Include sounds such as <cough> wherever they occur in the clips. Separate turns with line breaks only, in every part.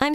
I'm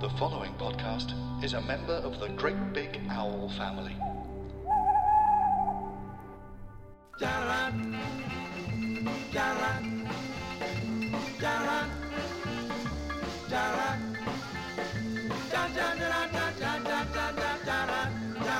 The following podcast is a member of the Great Big Owl family.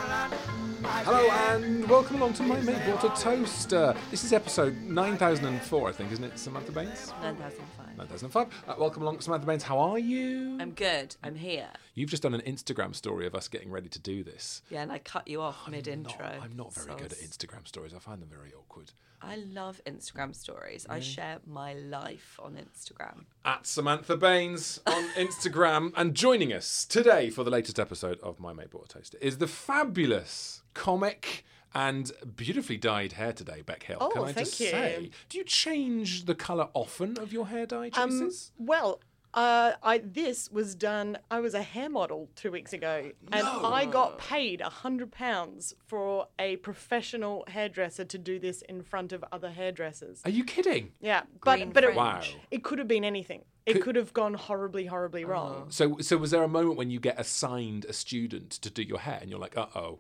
Hello and welcome along to My Mate Bought a Toaster. This is episode 9004, I think, isn't it, Samantha Baines?
1005.
9005. Uh, welcome along, Samantha Baines. How are you?
I'm good. I'm here.
You've just done an Instagram story of us getting ready to do this.
Yeah, and I cut you off mid intro.
Not- I'm not very good at Instagram stories. I find them very awkward.
I love Instagram stories. I share my life on Instagram.
At Samantha Baines on
<laughs>
Instagram. and joining us today for the latest episode of My Mate Bought a Toaster is the fabulous comic and beautifully dyed hair today, Beck Hill.
Oh,
Can I
thank
just
you.
say, do you change the colour often of your hair dye
Um,
choices?
well, uh, I this was done. I was a hair model two weeks ago, and I got paid a hundred pounds for a professional hairdresser to do this in front of other hairdressers.
Are you kidding?
Yeah, but but it,
Wow.
it could have been anything. It could have gone horribly, horribly wrong.
So, so was there a moment when you get assigned a student to do your hair, and you're like, "Uh oh,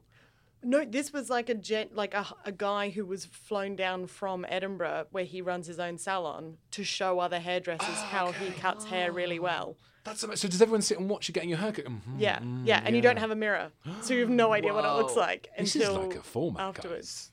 No, this was like a gent, like a, a guy who was flown down from Edinburgh, where he runs his own salon, to show other hairdressers
Oh,
how he cuts hair really well.
that's so." So, does everyone sit and watch you getting your haircut? Mhm.
Yeah, yeah, and you don't have a mirror, so you have no idea what it looks
Whoa.
like
This
until
is like a format,
afterwards.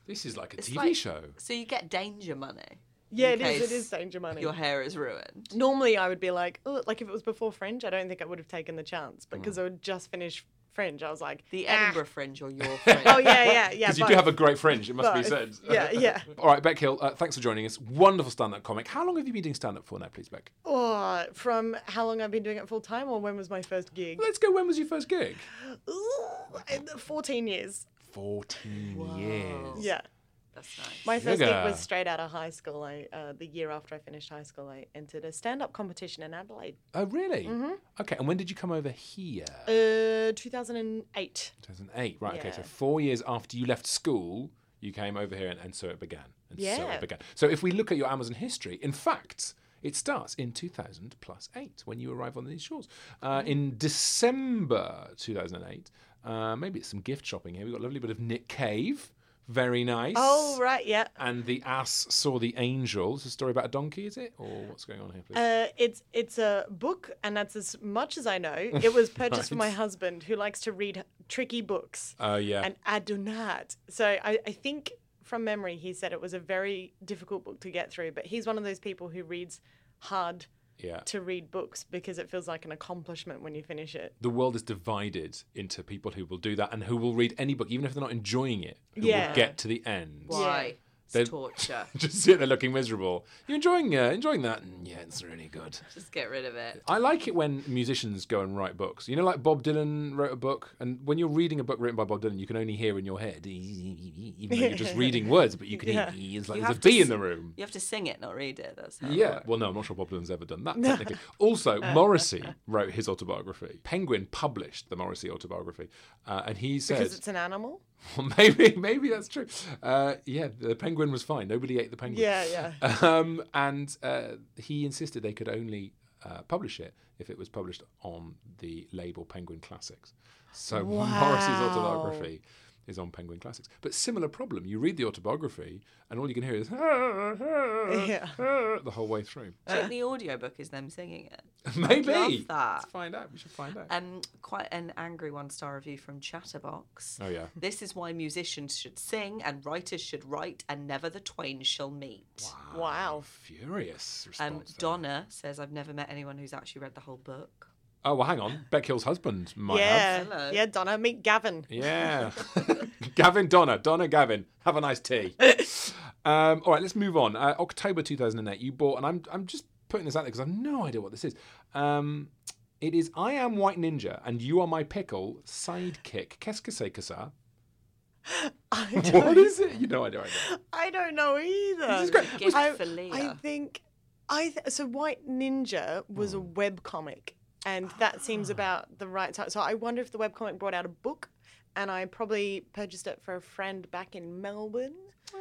guys. This is like a
It's
TV
like-
show.
So you get danger money.
Yeah,
in
it is.
case
It is danger money.
Your hair is ruined.
Normally, I would be like, oh, like if it was before Fringe, I don't think I would have taken the chance,
Mm.
but because I would just finish Fringe, I was like,
The
"Ah."
Edinburgh fringe
<laughs>
or your fringe.
<laughs> Oh yeah, yeah, yeah.
Because you do have a
<laughs> both.
great fringe, it <laughs> must be said.
Both. <laughs> Yeah, yeah.
All right, Beck Hill, uh, thanks for joining us. Wonderful stand-up comic. How long have you been doing stand-up for now, please, Beck?
Oh, from how long I've been doing it full time, or when was my first gig?
Let's go. When was your first gig?
Ooh, and Fourteen years.
Fourteen years.
Yeah.
That's nice.
My first
Sugar.
gig was straight out of high school. I, uh, the year after I finished high school, I entered a stand-up competition in Adelaide,
Oh, really?
Mm-hmm.
Okay. And when did you come over here?
uh, 2008.
2008. Right. Okay. So
Yeah.
four years after you left school, you came over here, and, and so it began. And so
Yeah.
it began. So if we look at your Amazon history, in fact, it starts in 2000 plus eight when you arrive on these shores. Uh,
Mm-hmm.
in December 2008, uh, maybe it's some gift shopping here. We've got a lovely bit of Nick Cave. Very nice.
Oh right, yeah.
And the ass saw the angel. It's a story about a donkey, is it? Or what's going on here, please?
Uh, it's it's a book, and that's as much as I know.
<laughs>
It was purchased for my husband, who likes to read tricky
Uh,
books.
Oh, yeah.
And I do not. So I, I think from memory, he said it was a very difficult book to get through. But he's one of those people who reads hard
yeah.
to read books because it feels like an accomplishment when you finish it.
the world is divided into people who will do that and who will read any book, even if they're not enjoying it, who
Yeah.
will get to the end.
Why? It's
They-
torture.
<laughs> Just sit there looking miserable. You're enjoying uh, enjoying that? Mm, Yeah, it's really good.
Just get rid of it.
I like it when musicians go and write books. You know, like Bob Dylan wrote a book, and when you're reading a book written by Bob Dylan, you can only hear in your head, even though you're
<laughs>
just reading words, but you can hear, it's like
You
there's a
have to
bee in
s-
the room.
You have to sing it, not read it. That's how it
Yeah.
works.
Well, no, I'm not sure Bob Dylan's ever done that technically.
<laughs>
Also, Morrissey wrote his autobiography. Penguin published the Morrissey autobiography, uh, and he says
Because it's an animal.
<laughs> Well, maybe, maybe that's true. Uh, yeah, the penguin was fine. Nobody ate the penguin.
Yeah, yeah.
Um, and uh, he insisted they could only uh, publish it if it was published on the label Penguin Classics. So <laughs> Morrissey's autobiography is on Penguin Classics. But similar problem. You read the autobiography, and all you can hear is <laughs>
Yeah. Uh,
the whole way through.
Do you think the audiobook is them singing
<laughs>
it?
maybe.
Love that.
Let's find out. We should find out.
Um, quite an angry one-star review from Chatterbox.
oh yeah.
This is why musicians should sing and writers should write, and never the twain shall meet.
Wow.
Furious
Um,
response. there.
Donna says, I've never met anyone who's actually read the whole book.
Oh well, hang on. Beck Hill's husband might have.
yeah.
Hello.
Yeah, Donna, meet Gavin.
Yeah. <laughs> Gavin Donna. Donna Gavin. Have
<laughs>
a nice tea. um, all right, let's move on. Uh, October 2008, you bought, and I'm, I'm just put- putting this out there because I've no idea what this is. Um, it is I am White Ninja and you are my pickle sidekick. Qu'est-ce que c'est que
<laughs>
ça?
<laughs> I
What
don't,
is it? You know, I don't know.
<laughs> I don't know either.
This is great.
Good
I,
for Leah.
I think I th- so White Ninja was a web comic, and that seems about the right time. So I wonder if the web comic brought out a book, and I probably purchased it for a friend back in Melbourne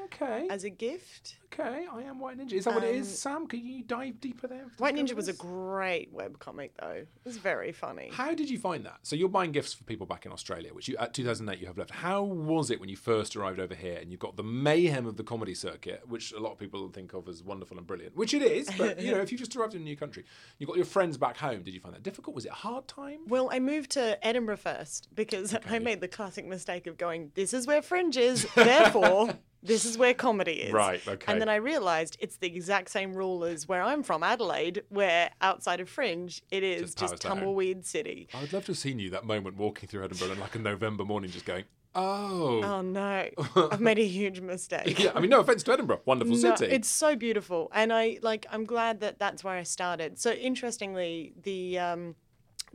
Okay.
as a gift.
Okay, I am White Ninja. Is that what it is,
Um,
Sam? Can you dive deeper there?
White Ninja was a
Goodness.
great web comic though. It was very funny.
How did you find that? So you're buying gifts for people back in Australia, which you at 2008 you have left. How was it when you first arrived over here and you've got the mayhem of the comedy circuit, which a lot of people think of as wonderful and brilliant, which it is. But
<laughs>
you know, if you just arrived in a new country, you got your friends back home. Did you find that difficult? Was it a hard time?
Well, I moved to Edinburgh first because I made the classic mistake of going, this is where
<laughs>
fringe is, therefore, this is where comedy is.
Right, okay.
And then I realised it's the exact same rule as where I'm from, Adelaide, where outside of fringe, it is
Just
just,
powers down.
tumbleweed city.
I would love to have seen you that moment walking through Edinburgh and like a November morning, just going, "Oh,
Oh no, I've made a huge mistake.
<laughs> yeah." I mean, no offense to Edinburgh, wonderful
No,
city.
it's so beautiful, and I like. I'm glad that that's where I started. So interestingly, the um,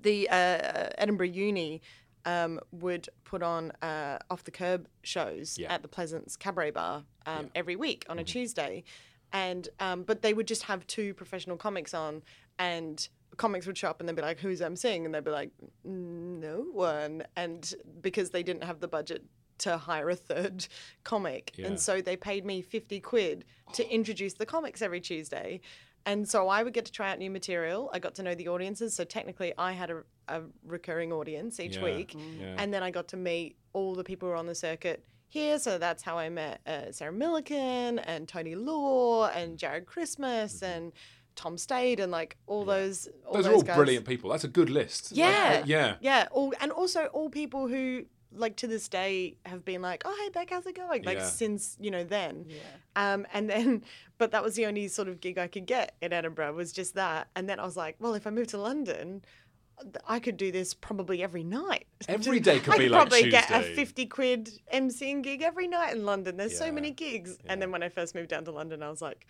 the uh, Edinburgh Uni um, would put on uh, off the curb shows
Yeah. Mm-hmm.
at the Pleasance Cabaret Bar um, every week on a Tuesday, and um, but they would just have two professional comics on, and comics would show up and they'd be like, "Who's emceeing?" and they'd be like, "No one," and because they didn't have the budget. To hire a third <laughs> comic,
Yeah.
and so they paid me fifty quid
<gasps>
to introduce the comics every Tuesday, and so I would get to try out new material. I got to know the audiences. So technically, I had a, a recurring audience each
Yeah,
week.
yeah.
And then I got to meet all the people who were on the circuit here. So that's how I met uh, Sarah Milliken and Tony Law
Mm-hmm.
and Jared Christmas and Tom Stade and like all those. All
those,
those,
are all
guys.
brilliant people. That's a good list. I- I-
Yeah.
yeah.
Yeah. All, and also all people who like to this day have been like, oh, hey, Beck, how's it going? Like
Yeah.
since, you know, then. Yeah. Um, and then, <laughs> but that was the only sort of gig I could get in Edinburgh was just that. And then I was like, well, if I move to London, th- I could do this probably every night.
Every day could
I
be
could
like
probably get a
Tuesday.
50 quid emceeing gig every night in London. There's
Yeah.
so many gigs. And then when I first moved down to London, I was like,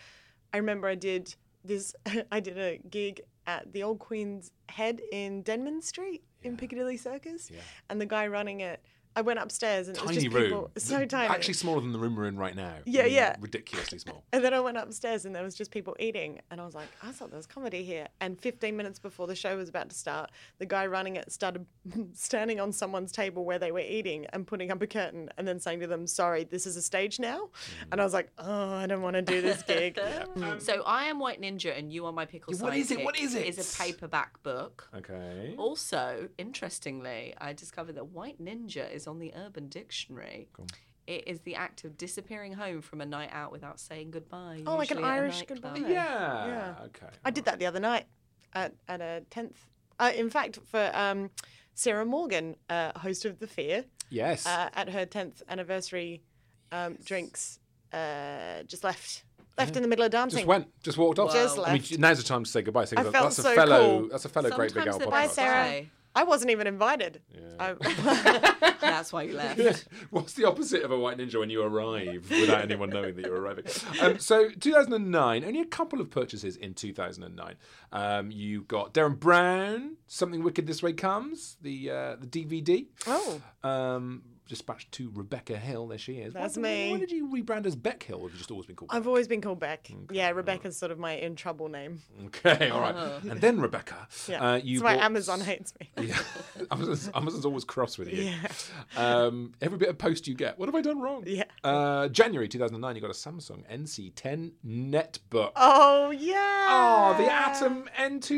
I remember I did this, <laughs> I did a gig at the Old Queen's Head in Denman Street in Piccadilly Circus. And the guy running it, I went upstairs and it was
Tiny
just
room.
people so tiny.
Actually, smaller than the room we're in right now.
Yeah,
I mean,
yeah.
Ridiculously small.
And then I went upstairs and there was just people eating. And I was like, I thought there was comedy here. And 15 minutes before the show was about to start, the guy running it started <laughs> standing on someone's table where they were eating and putting up a curtain and then saying to them, Sorry, this is a stage now.
Mm.
And I was like, Oh, I don't want to do this
<laughs>
gig.
Um, So I am White Ninja and you are my pickle.
Yeah, what is it?
Sidekick
What is it?
Is a paperback book.
Okay.
Oh,
Also, interestingly, I discovered that White Ninja is on the Urban Dictionary. It is the act of disappearing home from a night out without saying goodbye.
Oh, like
usually
an
at a
Irish
nightclub.
goodbye.
Yeah.
Yeah.
Okay.
I did that the other night at, at a 10th. Uh, in fact, for um, Sarah Morgan, uh, host of The Fear,
Yes.
uh, at her 10th anniversary um, drinks, uh, just left. Left in the middle of dancing.
just went. Just walked off.
Just
I mean,
left.
now's the time to say goodbye. Say
I
that-
felt
that's a
so
fellow.
cool.
That's a fellow
Sometimes
great big owl
they're
podcast.
Bye, Sarah.
Okay.
I wasn't even invited. <laughs> I,
That's why you left.
<laughs> <laughs> What's the opposite of a white ninja when you arrive without anyone knowing that you're arriving? Um, so 2009, only a couple of purchases in 2009. Um, you got Darren Brown, Something Wicked This Way Comes, the uh, the DVD.
Oh.
Um, dispatched to Rebecca Hill. There she is.
That's
why,
me.
Why did you rebrand as Beck Hill? Or have you just always been called?
I've always been called Beck. Yeah, Rebecca's sort of my in trouble name.
<laughs> Okay, all right. And then Rebecca,
Uh-huh. <laughs> Yeah,
uh, you
that's why
bought-
Amazon hates me.
<laughs> Yeah. Amazon's, Amazon's always cross with you. Um, every bit of post you get, what have I done wrong?
Yeah.
Uh, January 2009, you got a Samsung NC10 netbook. Oh,
Oh yeah.
the Atom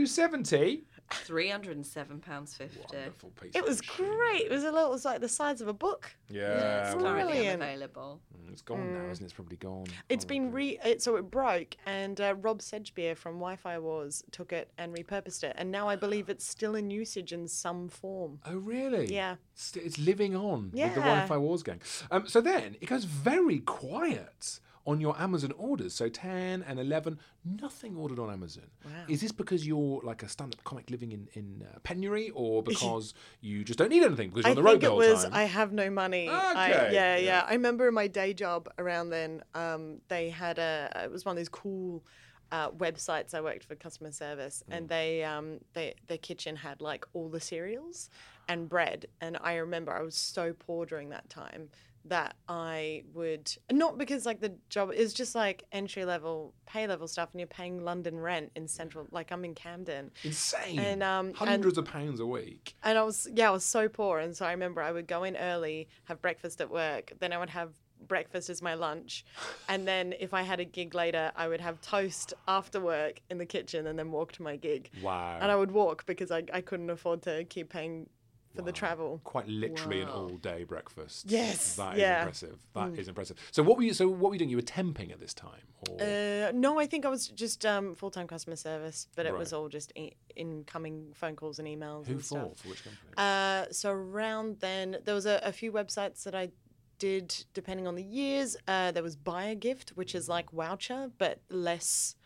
N270.
Three hundred and seven pounds fifty.
Wonderful piece.
It
of
was
machinery.
great. It was a little. It was like the size of a book.
Yeah. Mm,
It's currently
Brilliant.
unavailable.
It's gone now, isn't it? It's probably gone.
It's been
Oh,
re. It, so it broke, and uh, Rob Sedgbeer from Wi-Fi Wars took it and repurposed it, and now I believe it's still in usage in some form.
Oh really?
Yeah.
It's, it's living on with the
Yeah.
Wi-Fi wars gang. Um, so then it goes very quiet on your Amazon orders. So ten and eleven, nothing ordered on Amazon. Is this because you're like a stand-up comic living in in uh, penury,
<laughs>
or because you just don't need anything because you're on
I
the road
think
the
it
whole
was
time?
I have no money. I,
Okay,
yeah, yeah,
yeah.
I remember in my day job around then, um, they had a it was one of these cool uh, websites. I worked for customer service,
Hmm.
and they um they their kitchen had like all the cereals and bread. And I remember I was so poor during that time that I would not because like the job is just like entry level pay level stuff, and you're paying London rent in central. Like I'm in Camden,
Insane.
And, um, and-
hundreds of pounds a week.
and I was yeah, I was so poor, and so I remember I would go in early, have breakfast at work, then I would have breakfast as my lunch, and then if I had a gig later, I would have toast after work in the kitchen, and then walk to my gig.
Wow.
And I would walk because I I couldn't afford to keep paying for the travel.
Quite literally an all-day breakfast.
Yes,
That is
yeah. Mm.
impressive. That is impressive. So what were you? So what were you doing? You were temping at this time, or
Uh, no, I think I was just um, full time customer service, but it was
Right.
all just e- incoming phone calls and emails.
who
and
for?
stuff.
For which company? <laughs>
Uh, so around then, there was a, a few websites that I did depending on the years. Uh, there was Buy a Gift, which is like Woucher, but less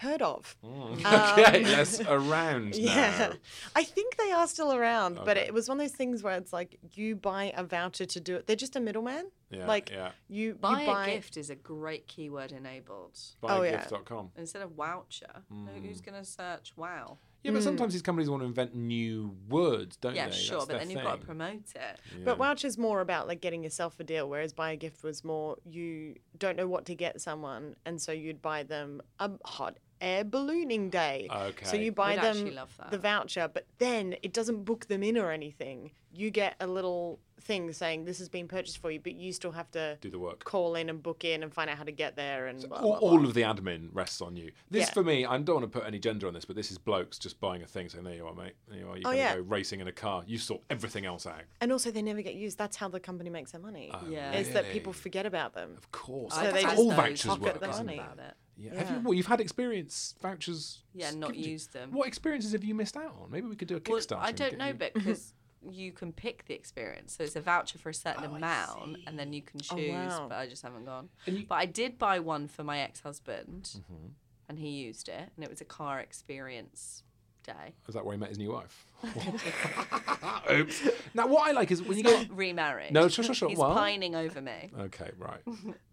heard of.
okay, that's around
<laughs> Yeah,
now.
I think they are still around, but it was one of those things where it's like you buy a voucher to do it. They're just a middleman.
Yeah,
like
yeah.
you you
Buy,
buy
a gift is a great keyword enabled.
Oh, yeah.
Buygift.com.
Instead of voucher, no,
Hmm.
who's going to search wow?
Yeah, but sometimes these companies want to invent new words, don't
yeah,
they?
sure,
That's
but
their
then you've got to
thing.
promote it.
But voucher's more about like getting yourself a deal, whereas buy a gift was more you don't know what to get someone, and so you'd buy them a hot air ballooning day. So
Okay.
you buy
We'd actually
them
love that.
the voucher, but then it doesn't book them in or anything. You get a little thing saying this has been purchased for you, but you still have to
Do the work.
call in and book in and find out how to get there and blah,
all,
blah, blah.
all of the admin rests on you. This
Yeah.
for me, I don't want to put any gender on this, but this is blokes just buying a thing saying, "There you are, mate. There you are. You're
Oh,
gonna
yeah.
go racing in a car. You sort everything else out."
and also they never get used. That's how the company makes their money.
Oh,
Yeah.
Is that people forget about them.
Of course,
So
that's
they
how
just
all
know
vouchers
pocket
work.
the
isn't
money.
it?
about it.
Yeah. Have you, well, you've had experience vouchers.
Yeah,
s-
not
given to you.
used them.
What experiences have you missed out on? Maybe we could do a
Well,
Kickstarter.
I
and
don't
get
know,
you-
but because you can pick the experience, so it's a voucher for a certain amount, and then you can
Oh,
choose.
wow.
But I just haven't gone. But I did buy one for my ex-husband,
Mm-hmm.
and he used it, and it was a car experience
<gasps>
day.
Is that where he met his new
<laughs>
wife? <laughs> Oops. Now, what I like is when you
<laughs>
go.
Remarried.
No, sure, sure, sure.
He's
Well-
pining over me.
Okay, right.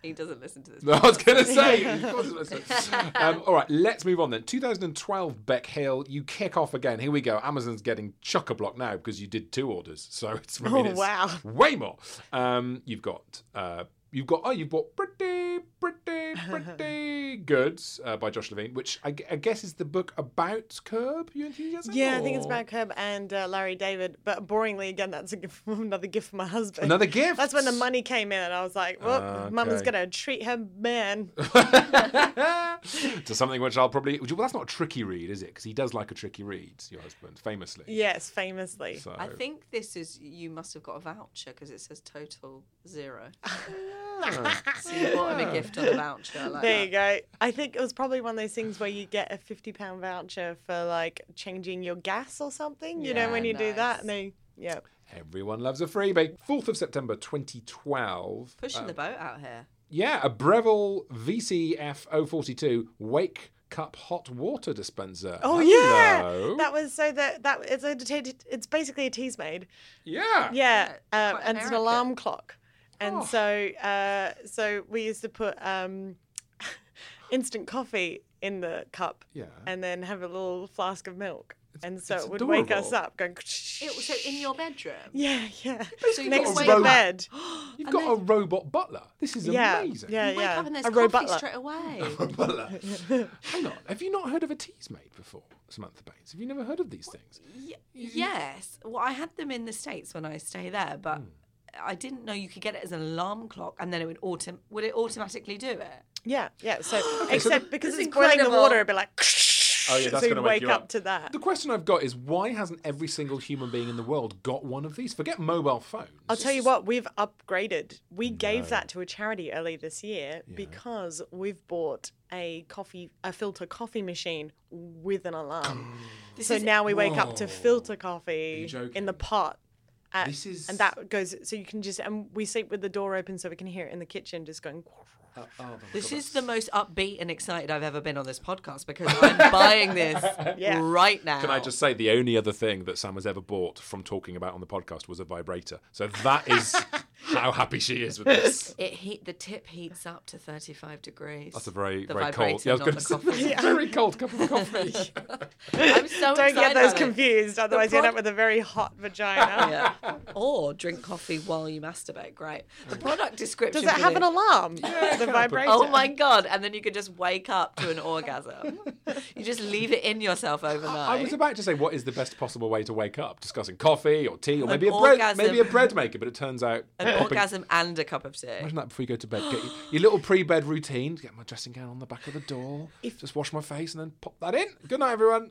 He doesn't listen to this.
No, I was going to say. of course I was gonna say. um, all right, let's move on then. 2012 Beck Hill, you kick off again. Here we go. Amazon's getting chock a block now because you did two orders, so it's, I mean,
Oh,
it's
wow.
way more. Um, you've got uh, you've got oh you've bought pretty pretty
<laughs>
pretty goods uh, by Josh Levine, which I, gu- I guess is the book about curb your enthusiasm.
Yeah, I think it's
or-
about Curb and uh, Larry David. But boringly, again, that's a gift, <laughs> another gift for my husband.
Another gift? Ah,
That's when the money came in, and I was like, "Well, Mama's
okay.
gonna treat her
<laughs>
man."
to something which I'll probably well that's not a tricky read, is it? Because he does like a tricky read, your husband, famously.
yes, famously.
So.
I think this is you must have got a voucher because it says total zero. <laughs> so you bought him a gift
<laughs>
on a voucher. Like
Ah. there
that.
you go. I think it was probably one of those things where you get a fifty pound voucher for like changing your gas or something. You know,
Yeah,
when you do that,
nice.
and they, yeah.
Everyone loves a freebie. 4th of September 2012.
Pushing the boat out here.
Yeah, a Breville VCF 042 Wake Cup Hot Water Dispenser.
Oh yeah,
Hello.
that was so that that it's a detated- it's basically a tease made.
yeah.
Yeah, um,
quite
and it's an
American.
alarm clock, and
Oh.
so uh, so we used to put um, <laughs> instant coffee in the cup,
Yeah.
and then have a little flask of milk, and so
it's
it would wake us
adorable.
up going.
It was so in your bedroom.
<laughs> yeah, yeah.
So you
Next
got
to
a
the
<gasps>
robot.
bed.
You've got a robot butler. This is
Yeah,
amazing. <laughs>
yeah,
You wake
yeah.
up and there's
a
coffee
robotler.
straight away.
<laughs>
<laughs>
Butler. Hang on. Have you not heard of a tease made before, Samantha Baines? Have you never heard of these things?
Y- yes. Well, I had them in the states when I stay there, but
Hmm.
I didn't know you could get it as an alarm clock, and then it would autom- would it automatically do it?
Yeah, yeah. So except because
That's
it's boiling the
incredible.
water, it'd be like.
Oh,
<laughs>
yeah, that's
so
gonna
you'd
wake
wake
you
up
up.
to that.
The question I've got is why hasn't every single human being in the world got one of these? Forget mobile phones.
I'll tell you what, we've upgraded. We gave that to a charity early this year because we've bought a coffee, a filter coffee machine with
<gasps>
an alarm. so now we wake up to filter coffee in the
joking?
pot. at-
This is-
And that goes, so you can just, and we sleep with the door open so we can hear it in the kitchen just going.
This is the most upbeat and excited I've ever been on this podcast
<laughs>
because I'm buying this
Yeah.
right now.
Can I just say the
<laughs>
only other thing that Sam has ever bought from talking about on the podcast was a vibrator. So that is how happy she is with this.
It heat the tip heats up to 35 degrees.
That's a very,
the
very cold. Yeah, I was going
vibrating
to
on the
say,
coffee.
<laughs> it's a very cold cup of coffee.
I'm so
Don't
excited
get those
about it.
confused, otherwise you end up with a very <laughs> hot vagina.
Yeah. Or drink coffee while you masturbate. Great. The product description.
Does it
for
have
this-
an alarm? the vibrator.
Oh my god! And then you could just wake up to an orgasm. You just leave it in yourself overnight.
I was about to say, what is the best possible way to wake up? Discussing coffee or tea or maybe a bread,
orgasm.
maybe a bread maker. But it turns out
an orgasm and a cup of tea.
Imagine that before you go to bed. Get your, your little pre-bed routine. Get my dressing gown on the back of the door. just wash my face and then pop that in. Good night, everyone.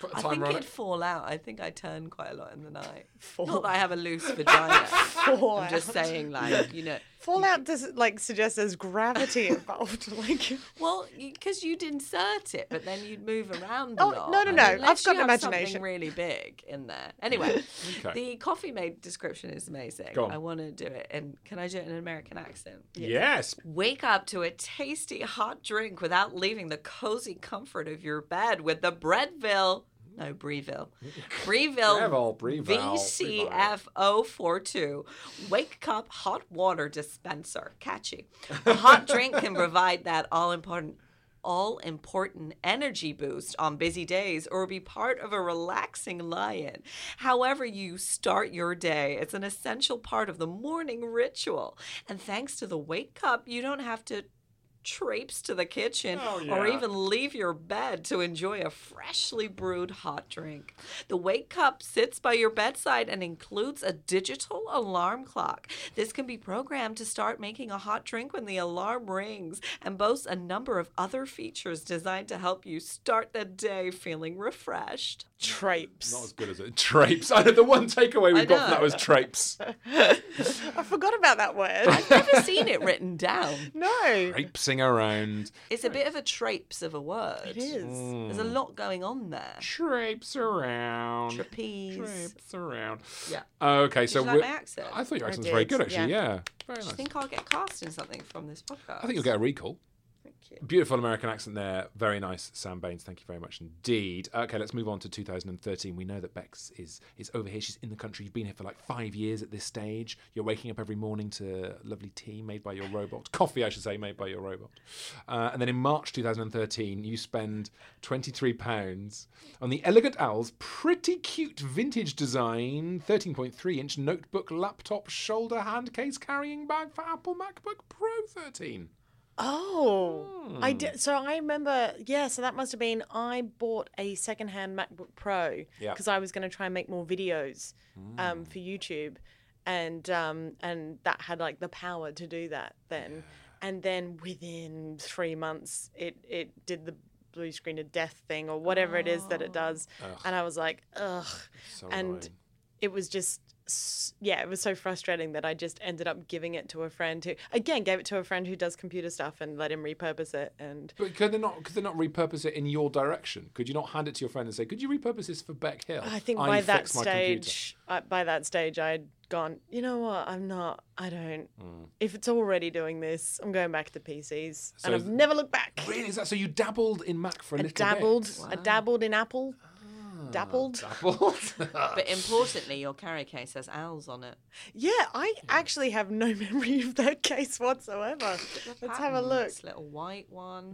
Put a
I think
timer on
it'd
it.
fall out. I think I turn quite a lot in the night. Not that I have a
<laughs>
loose vagina.
Fall
I'm just
out.
saying, like you know.
Fallout does like suggest there's gravity involved. <laughs>
<laughs>
Like,
Well, because you'd insert it, but then you'd move around.
Oh,
a lot.
no, no, no. I've
Unless
got
you
an
have something
imagination.
Really big in
<laughs>
there. Anyway,
Okay.
the coffee made description is amazing.
Go on.
I want to do it, and can I do it in an American accent?
Yes.
Wake up to a tasty hot drink without leaving the cozy comfort of your bed with the Breadville.
<laughs>
No, Breville. Breville.
Breville, Breville,
VCFO42. Wake Cup Hot Water Dispenser. Catchy. A hot drink can provide that all important. All important energy boost on busy days or be part of a relaxing lie in. However, you start your day, it's an essential part of the morning ritual. And thanks to the wake cup, you don't have to traipse to the kitchen or even leave your bed to enjoy a freshly brewed hot drink. The Wake Cup sits by your bedside and includes a digital alarm clock. This can be programmed to start making a hot drink when the alarm rings and boasts a number of other features designed to help you start the day feeling refreshed.
Not as
traipse.
good as it. Traipes. I know the one takeaway
I
we've got from
know.
that was traipes.
I <laughs> forgot about that word.
I've never seen it written down.
No.
Traipsing around.
It's a bit of a traipse of a word.
It is.
There's a lot going on there.
Traipes around.
Trapeze.
Traipse around.
Yeah.
Okay, so
you like
we're.
my accent?
I thought your
I
accent was very
did,
good, actually.
yeah.
Yeah. Very
Do
nice.
you think I'll get cast in something from this podcast?
I think you'll get a recall.
Thank you.
Beautiful American accent there. Very nice, Sam Baines. Thank you very much indeed. Okay, let's move on to 2013. We know that Bex is is over here. She's in the country. You've been here for like five years at this stage. You're waking up every morning to lovely tea made by your robot. Coffee, I should say, made by your robot. Uh, and then in March 2013, you spend £23 on the Elegant Owl's pretty cute vintage design 13.3 inch notebook laptop shoulder hand case carrying bag for Apple MacBook Pro 13.
Oh, I did. So I remember, yeah. So that must have been I bought a secondhand MacBook Pro
Yeah.
because I was going to try and make more videos um, for YouTube, and um, and that had like the power to do that then. And then within three months, it it did the blue screen of death thing or whatever it is that it does, and I was like, ugh.
So
and
annoying.
it was just s- yeah it was so frustrating that i just ended up giving it to a friend who again gave it to a friend who does computer stuff and let him repurpose it and
But could they not? Could they not repurpose it in your direction? Could you not hand it to your friend and say, "Could you repurpose this for Beck Hill?"
i think by that stage I, by that stage i'd gone you know what i'm not i don't if it's already doing this i'm going back to pcs
Mm. So
and
is-
i've never looked back
Really, is that so? You dabbled in Mac for a
i
little
dabbled
bit. Ah,
i dabbled in apple dabbled Ah.
Dabbled.
But importantly, your carry case has owls on it.
yeah i actually have no <laughs> memory of that case whatsoever let's have a look
Patterns, Little white one.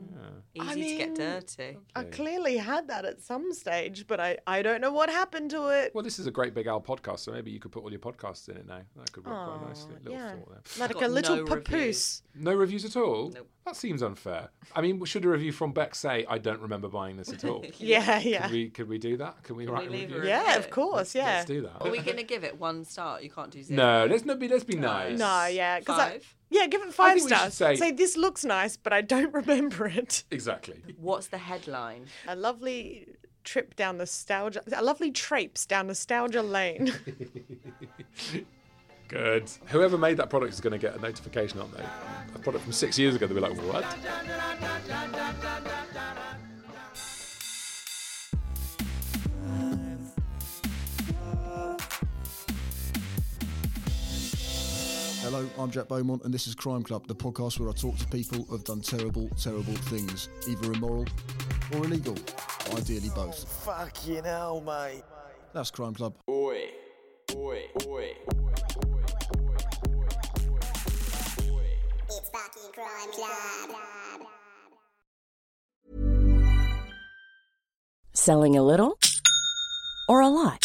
Easy
I
to get
mean-
dirty.
I clearly had that at some stage, but I, I don't know what happened to it.
well, this is a great big owl podcast, so maybe you could put all your podcasts in it now. That could work quite nicely. Little thought there.
Like
got
a little
no
papoose.
reviews.
No reviews at all. That seems unfair. I mean, should a review from Beck say, "I don't remember buying this at <laughs> all"?
<laughs> Yeah, yeah.
Could we could we do that? Can we write
leave
a
a
review?
review?
Yeah, of course, yeah.
Let's do that.
Are we going to give it one star? You can't do zero.
No, let's not be. Let's be nice.
No, Ah, yeah. 'cause I-
Five?
yeah, give it five
think we should
stars.
say-
Say, this looks nice, but I don't <laughs> remember it.
Exactly.
What's the headline?
A lovely trip down nostalgia, a lovely traipse down nostalgia <laughs> lane.
Good. Whoever made that product is going to get a notification, aren't they? A product from six years ago. They'll be like, what?
Hello, I'm Jack Beaumont, and this is Crime Club, the podcast where I talk to people who've done terrible, terrible things, either immoral or illegal, ideally both.
Fucking hell, mate.
That's Crime Club.
Oi. Oi. Oi. Oi. Oi. Oi. Oi. Bucky Crime Club.
Selling a little or a lot?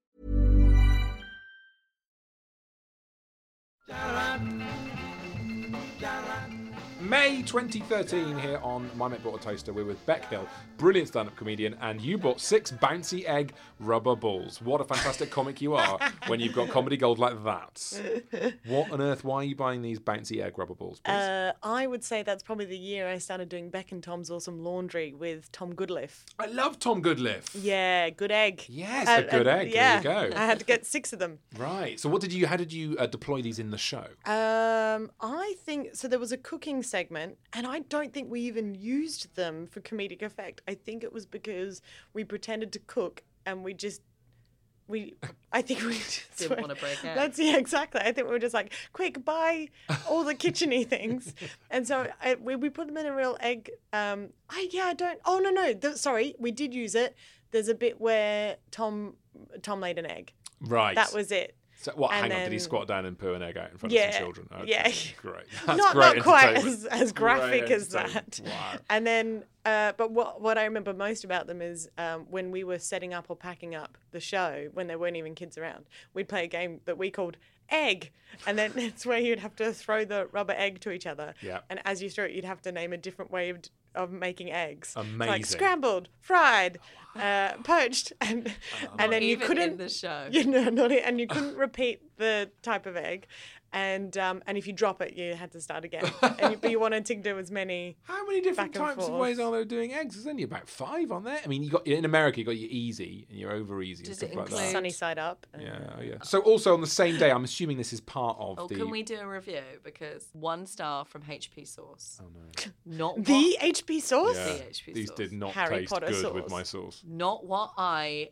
May 2013 here on My Mate Bought a Toaster. We're with Beck Hill, brilliant stand up comedian, and you bought six bouncy egg rubber balls. What a fantastic comic you
<laughs>
are when you've got comedy gold like that. What on earth? Why are you buying these bouncy egg rubber balls, please?
Uh, I would say that's probably the year I started doing Beck and Tom's Awesome Laundry with Tom Goodliff.
I love Tom Goodliff.
Yeah, good egg.
Yes, a good egg. There
Yeah,
you go.
I had to get six of them.
Right. So, what did you, how did you uh, deploy these in the show?
Um, I think so. There was a cooking segment, and I don't think we even used them for comedic effect. I think it was because we pretended to cook and we just.
<laughs>
We, I think we <laughs> just
Didn't
went-
wanna break out.
That's yeah, exactly. I think we were just like, quick, buy all
<laughs>
the kitcheny things, and so I, we, we put them in a real egg. Um, I yeah, I don't. Oh no, no, th- sorry, we did use it. There's a bit where Tom Tom laid an egg.
Right.
That was it.
So, what? Hang
and
on. Did he
then-
squat down and poo an egg out in front of
Yeah,
some children? Okay,
yeah. <laughs>
Great. That's
not
great
not quite
entertainment.
as, as
Great
graphic as
entertainment.
that.
Wow.
<laughs> And then, uh, but what what I remember most about them is um, when we were setting up or packing up the show when there weren't even kids around, we'd play a game that we called egg, and then <laughs> it's where you'd have to throw the rubber egg to each other.
Yeah.
And as you threw it, you'd have to name a different way of. Of making eggs, It's
Amazing.
like scrambled, fried, uh, poached, <laughs> and and then you
Even
couldn't
in the
<laughs>
show.
you know, not it, and you couldn't repeat the type of egg, and um, and if you drop it, you had to start again. and you, but you wanted to do
<laughs>
as many.
How many different
Back and
types of
forth.
ways are there doing eggs? There's only about five on there. I mean, you got in America, you got your easy and your over easy
Does
and
it
stuff like that.
include-
Sunny side up.
Yeah, oh, yeah. So also on the same day, I'm assuming this is part of
Oh,
the.
can we do a review? Because one star from HP Sauce. Oh no. <laughs> Not what,
The HP sauce.
Yeah,
The HP
these
sauce.
did not
Harry
taste
Potter
good
sauce.
with my sauce.
not what I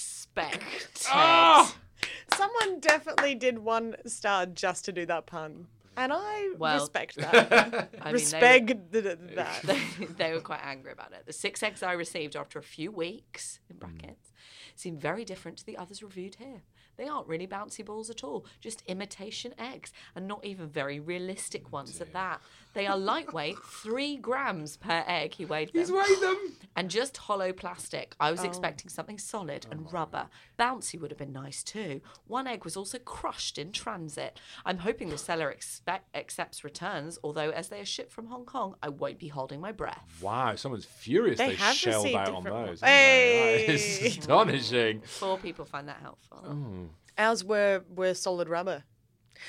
expected.
Ah!
Someone definitely did one star just to do that pun, and I
Well- <laughs>
respect that.
I mean,
respect
<laughs>
th- th- that.
They were, they were quite angry about it. The six eggs I received after a few weeks,
Mm.
in brackets, seem very different to the others reviewed here. They aren't really bouncy balls at all, just imitation eggs, and not even very realistic ones at that. They are lightweight, three grams per egg, he weighed them.
He's weighed them.
and just hollow plastic. I was
Oh.
expecting something solid and rubber. Bouncy would have been nice too. One egg was also crushed in transit. I'm hoping the seller expect, accepts returns, although as they are shipped from Hong Kong, I won't be holding my breath.
Wow, someone's furious. They,
They have
shelled
received
out on
different-
those. haven't they? That is <laughs>
Hey!
astonishing.
Four people find that helpful.
Oh.
Ours were were solid rubber.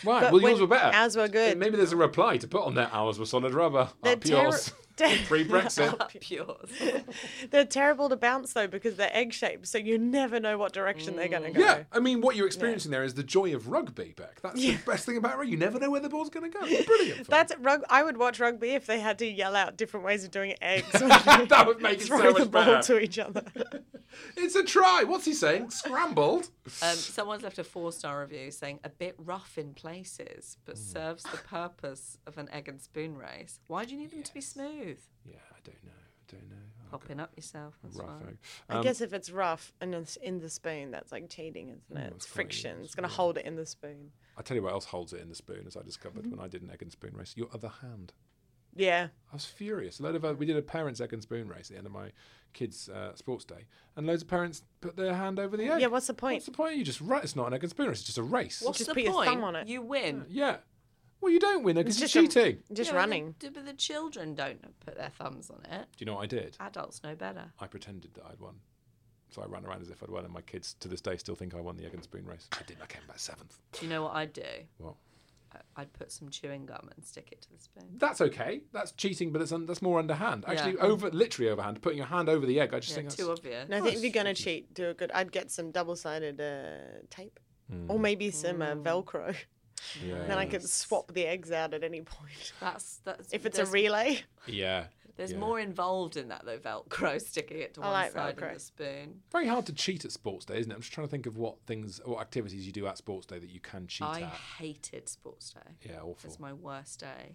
Right,
But
well, yours
when-
were better.
ours were good.
Maybe there's a reply to put on there. Ours were solid rubber.
<laughs> They're
Up yours.
terri-
Pre
<laughs>
Brexit.
<laughs> Yours.
They're terrible to bounce though because they're egg shaped, so you never know what direction they're going to
<laughs>
go.
Mm. Yeah, I mean, what you're experiencing there is the joy of rugby, Beck. That's the best thing about rugby. You never know where the ball's going to go.
<laughs>
Brilliant. fun.
That's rug. I would watch rugby if they had to yell out different ways of doing eggs.
<laughs> <laughs> that would make it so
throw
much
the ball
better.
to each other.
It's a try. What's he saying? Scrambled. <laughs>
Um, someone's left a four star review saying a bit rough in places, but serves the purpose of an egg and spoon race. Why do you need them to be smooth?
Yeah, I don't know. I don't know. Um,
Popping up yourself. That's
Oh, Rough
why.
egg.
I guess if it's rough and it's in the spoon, that's like cheating,
Oh,
isn't it? It's friction. It's going to hold it in the spoon.
I tell you what else holds it in the spoon, as I discovered when I did an egg and spoon race. Your other hand.
Yeah.
I was furious. A load of uh, we did a parents' egg and spoon race at the end of my kids' uh, sports day, and loads of parents put their hand over the egg.
Yeah, what's the point?
What's the point? You just ra- it's not an egg and spoon race. It's just a race.
What's
Just
the
put your
point?
thumb on it.
You win.
Yeah. Well, you don't win because you're
just a-
cheating.
Just
Yeah,
running.
The, but the children don't put their thumbs on it.
Do you know what I did?
Adults know better.
I pretended that I'd won. So I ran around as if I'd won, and my kids to this day still think I won the egg and spoon race. I did. I came back seventh.
Do you know what I'd do?
Well,
I- I'd put some chewing gum and stick it to the spoon.
that's okay. That's cheating, but that's, un- that's more underhand.
Yeah.
Actually, over literally overhand, putting your hand over the egg. I just
Yeah,
think that's
too obvious.
No, I think if you're gonna cheat, do a good. I'd get some double-sided uh, tape,
Hmm.
or maybe some uh,
Hmm.
Velcro. <laughs>
Yeah.
Then I could swap the eggs out at any point.
That's that's
If it's a
there's-
relay,
yeah.
There's
yeah.
more involved in that though. Velcro <laughs> sticking it to
I
one
like
side
Velcro.
of the spoon.
Very hard to cheat at sports day, isn't it? I'm just trying to think of what things, what activities you do at sports day that you can cheat
I
at.
hated sports day.
Yeah, awful.
It's my worst day.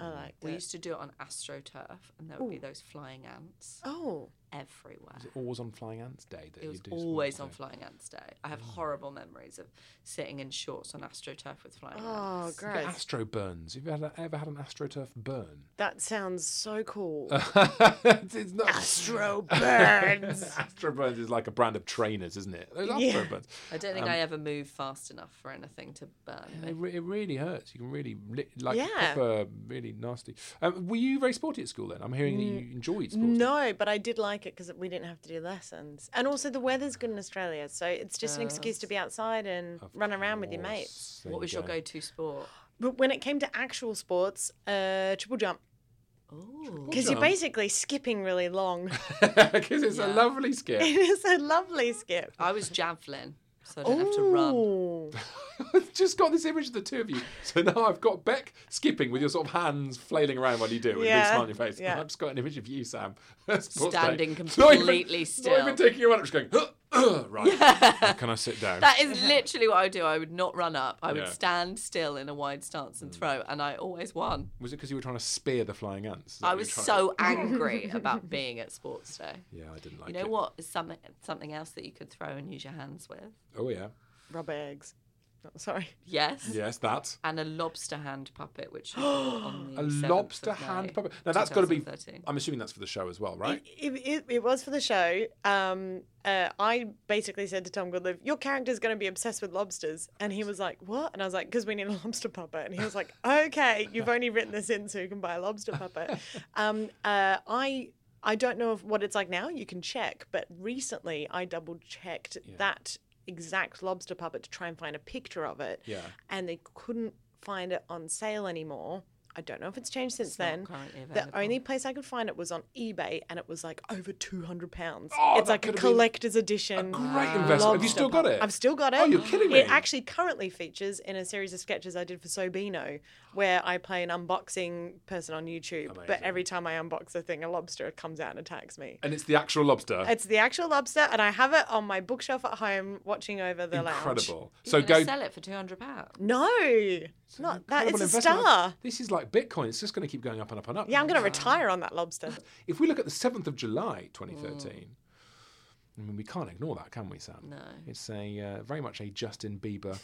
I like
We
that.
used to do it on AstroTurf, and there would be those flying ants
Oh,
everywhere.
Is it always on Flying Ants Day that
It
you
was
do? Mm. sports
always on
day?
Flying Ants Day. I have horrible memories of sitting in shorts on AstroTurf with flying
oh,
ants.
Get
gross.
Astro burns. Have you had- ever had an AstroTurf burn? <laughs>
That sounds so cool.
it's it's not <laughs>
Astro burns.
Astro Burns is like a brand of trainers, isn't it? Those Astro
Yeah.
Burns.
I don't think I
Um,
ever moved fast enough for anything to burn me.
It, re- it really hurts. You can really li- like
Yeah.
proper, really nasty. Um, were you very sporty at school then? I'm hearing that you enjoyed sports.
No, but I did like it because we didn't have to do lessons, and also the weather's good in Australia, so it's just
Ah,
an excuse to be outside and run around with your mates.
There
What
you
was your
go.
go-to sport?
But when it came to actual sports, uh, triple jump,
Oh,
because you're basically skipping really
<laughs>
long. <laughs>
'Cause it's a lovely skip.
<laughs>
it is a lovely skip.
I was javelin, so I didn't have to run.
Ooh.
I've <laughs> just got this image of the two of you. So now I've got Beck skipping with your sort of hands flailing around while you do it, with a big
Yeah.
smile on your face.
Yeah.
And I've just got an image of you, Sam. <laughs> at sports day.
Standing
not even,
completely
Not
still.
even taking your hand, I'm just going, <gasps> <clears throat> right. Can I sit down?
That is literally what I would do. I would not run up. I would
Yeah. Mm.
stand still in a wide stance and throw, and I always won.
Was it because you were trying to spear the flying ants? Is that
I
what you
was
tried to-
so
<laughs>
angry about being at sports day.
Yeah, I didn't like
You know
it.
what is something something else that you could throw and use your hands with?
Oh yeah.
Rubber eggs. Oh, sorry.
Yes.
Yes, that.
And a lobster hand
<gasps>
puppet, which you bought on the
A
7th of
lobster hand
May,
puppet. Now that's got to be. um,
2013.
I'm assuming that's for the show as well, right?
It, it, it was for the show. Um, uh, I basically said to Tom Goodlive, "Your character's going to be obsessed with lobsters," and he was like, "What?" And I was like, "Because we need a <laughs> lobster puppet." And he was like, "Okay, you've only written this in, so you can buy a
<laughs>
lobster puppet." Um, uh, I I don't know if what it's like now. You can check, but recently I double checked that exact lobster puppet to try and find a picture of it.
Yeah.
and they couldn't find it on sale anymore. I don't know if it's changed since
not
then.
currently available.
The only place I could find it was on eBay, and it was like over two hundred pounds.
Oh,
it's
that
like a
could have been
collector's edition.
Great investment. Have you still got it?
I've still got it.
Oh, you're kidding me.
It actually currently features in a series of sketches I did for Sobino, where I play an unboxing person on YouTube. But every time I unbox a thing, a lobster comes out and attacks me.
And it's the actual lobster.
It's the actual lobster, and I have it on my bookshelf at home, watching over the lounge.
Incredible.
You're
So
gonna
go.
sell it for two hundred pounds.
No, not
Incredible
that. It's a
investment.
star.
This is like Bitcoin. It's just going to keep going up and up and up.
Yeah, I'm going to retire Mm. on that lobster.
If we look at the 7th of July, 2013, I mean, we can't ignore that, can we, Sam? No. It's a uh, very much a Justin Bieber